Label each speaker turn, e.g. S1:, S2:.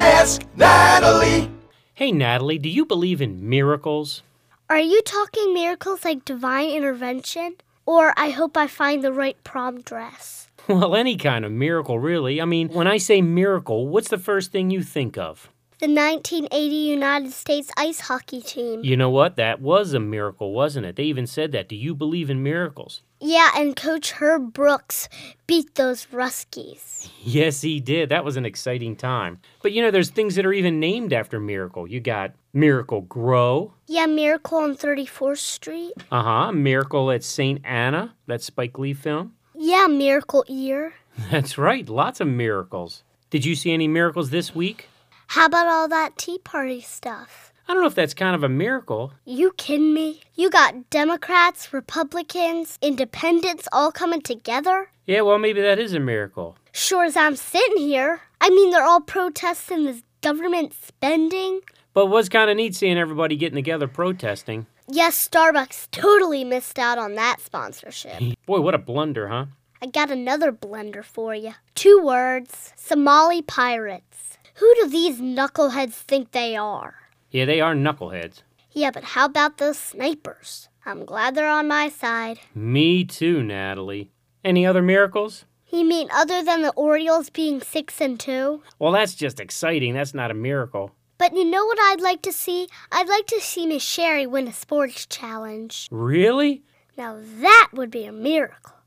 S1: Ask Natalie.
S2: Hey, Natalie, do you believe in miracles?
S3: Are you talking miracles like divine intervention? Or I hope I find the right prom dress?
S2: Well, any kind of miracle, really. I mean, when I say miracle, what's the first thing you think of?
S3: The 1980 United States ice hockey team.
S2: You know what? That was a miracle, wasn't it? They even said that. Do you believe in miracles?
S3: Yeah, and Coach Herb Brooks beat those Ruskies.
S2: Yes, he did. That was an exciting time. But you know, there's things that are even named after miracle. You got Miracle Grow,
S3: Yeah, Miracle on 34th Street.
S2: uh huh, Miracle at St. Anna, that Spike Lee film.
S3: Yeah, Miracle Ear.
S2: That's right, lots of miracles. Did you see any miracles this week?
S3: How about all that Tea Party stuff?
S2: I don't know if that's kind of a miracle.
S3: You kidding me? You got Democrats, Republicans, Independents all coming together?
S2: Yeah, well, maybe that is a miracle.
S3: Sure as I'm sitting here. I mean, they're all protesting this government spending.
S2: But it was kind of neat seeing everybody getting together protesting.
S3: Yes, Starbucks totally missed out on that sponsorship.
S2: Boy, what a blunder, huh?
S3: I got another blender for you. Two words Somali pirates. Who do these knuckleheads think they are?
S2: Yeah, they are knuckleheads.
S3: Yeah, but how about those snipers? I'm glad they're on my side.
S2: Me too, Natalie. Any other miracles?
S3: You mean other than the Orioles being 6 and 2?
S2: Well, that's just exciting. That's not a miracle.
S3: But you know what I'd like to see? I'd like to see Miss Sherry win a sports challenge.
S2: Really?
S3: Now that would be a miracle.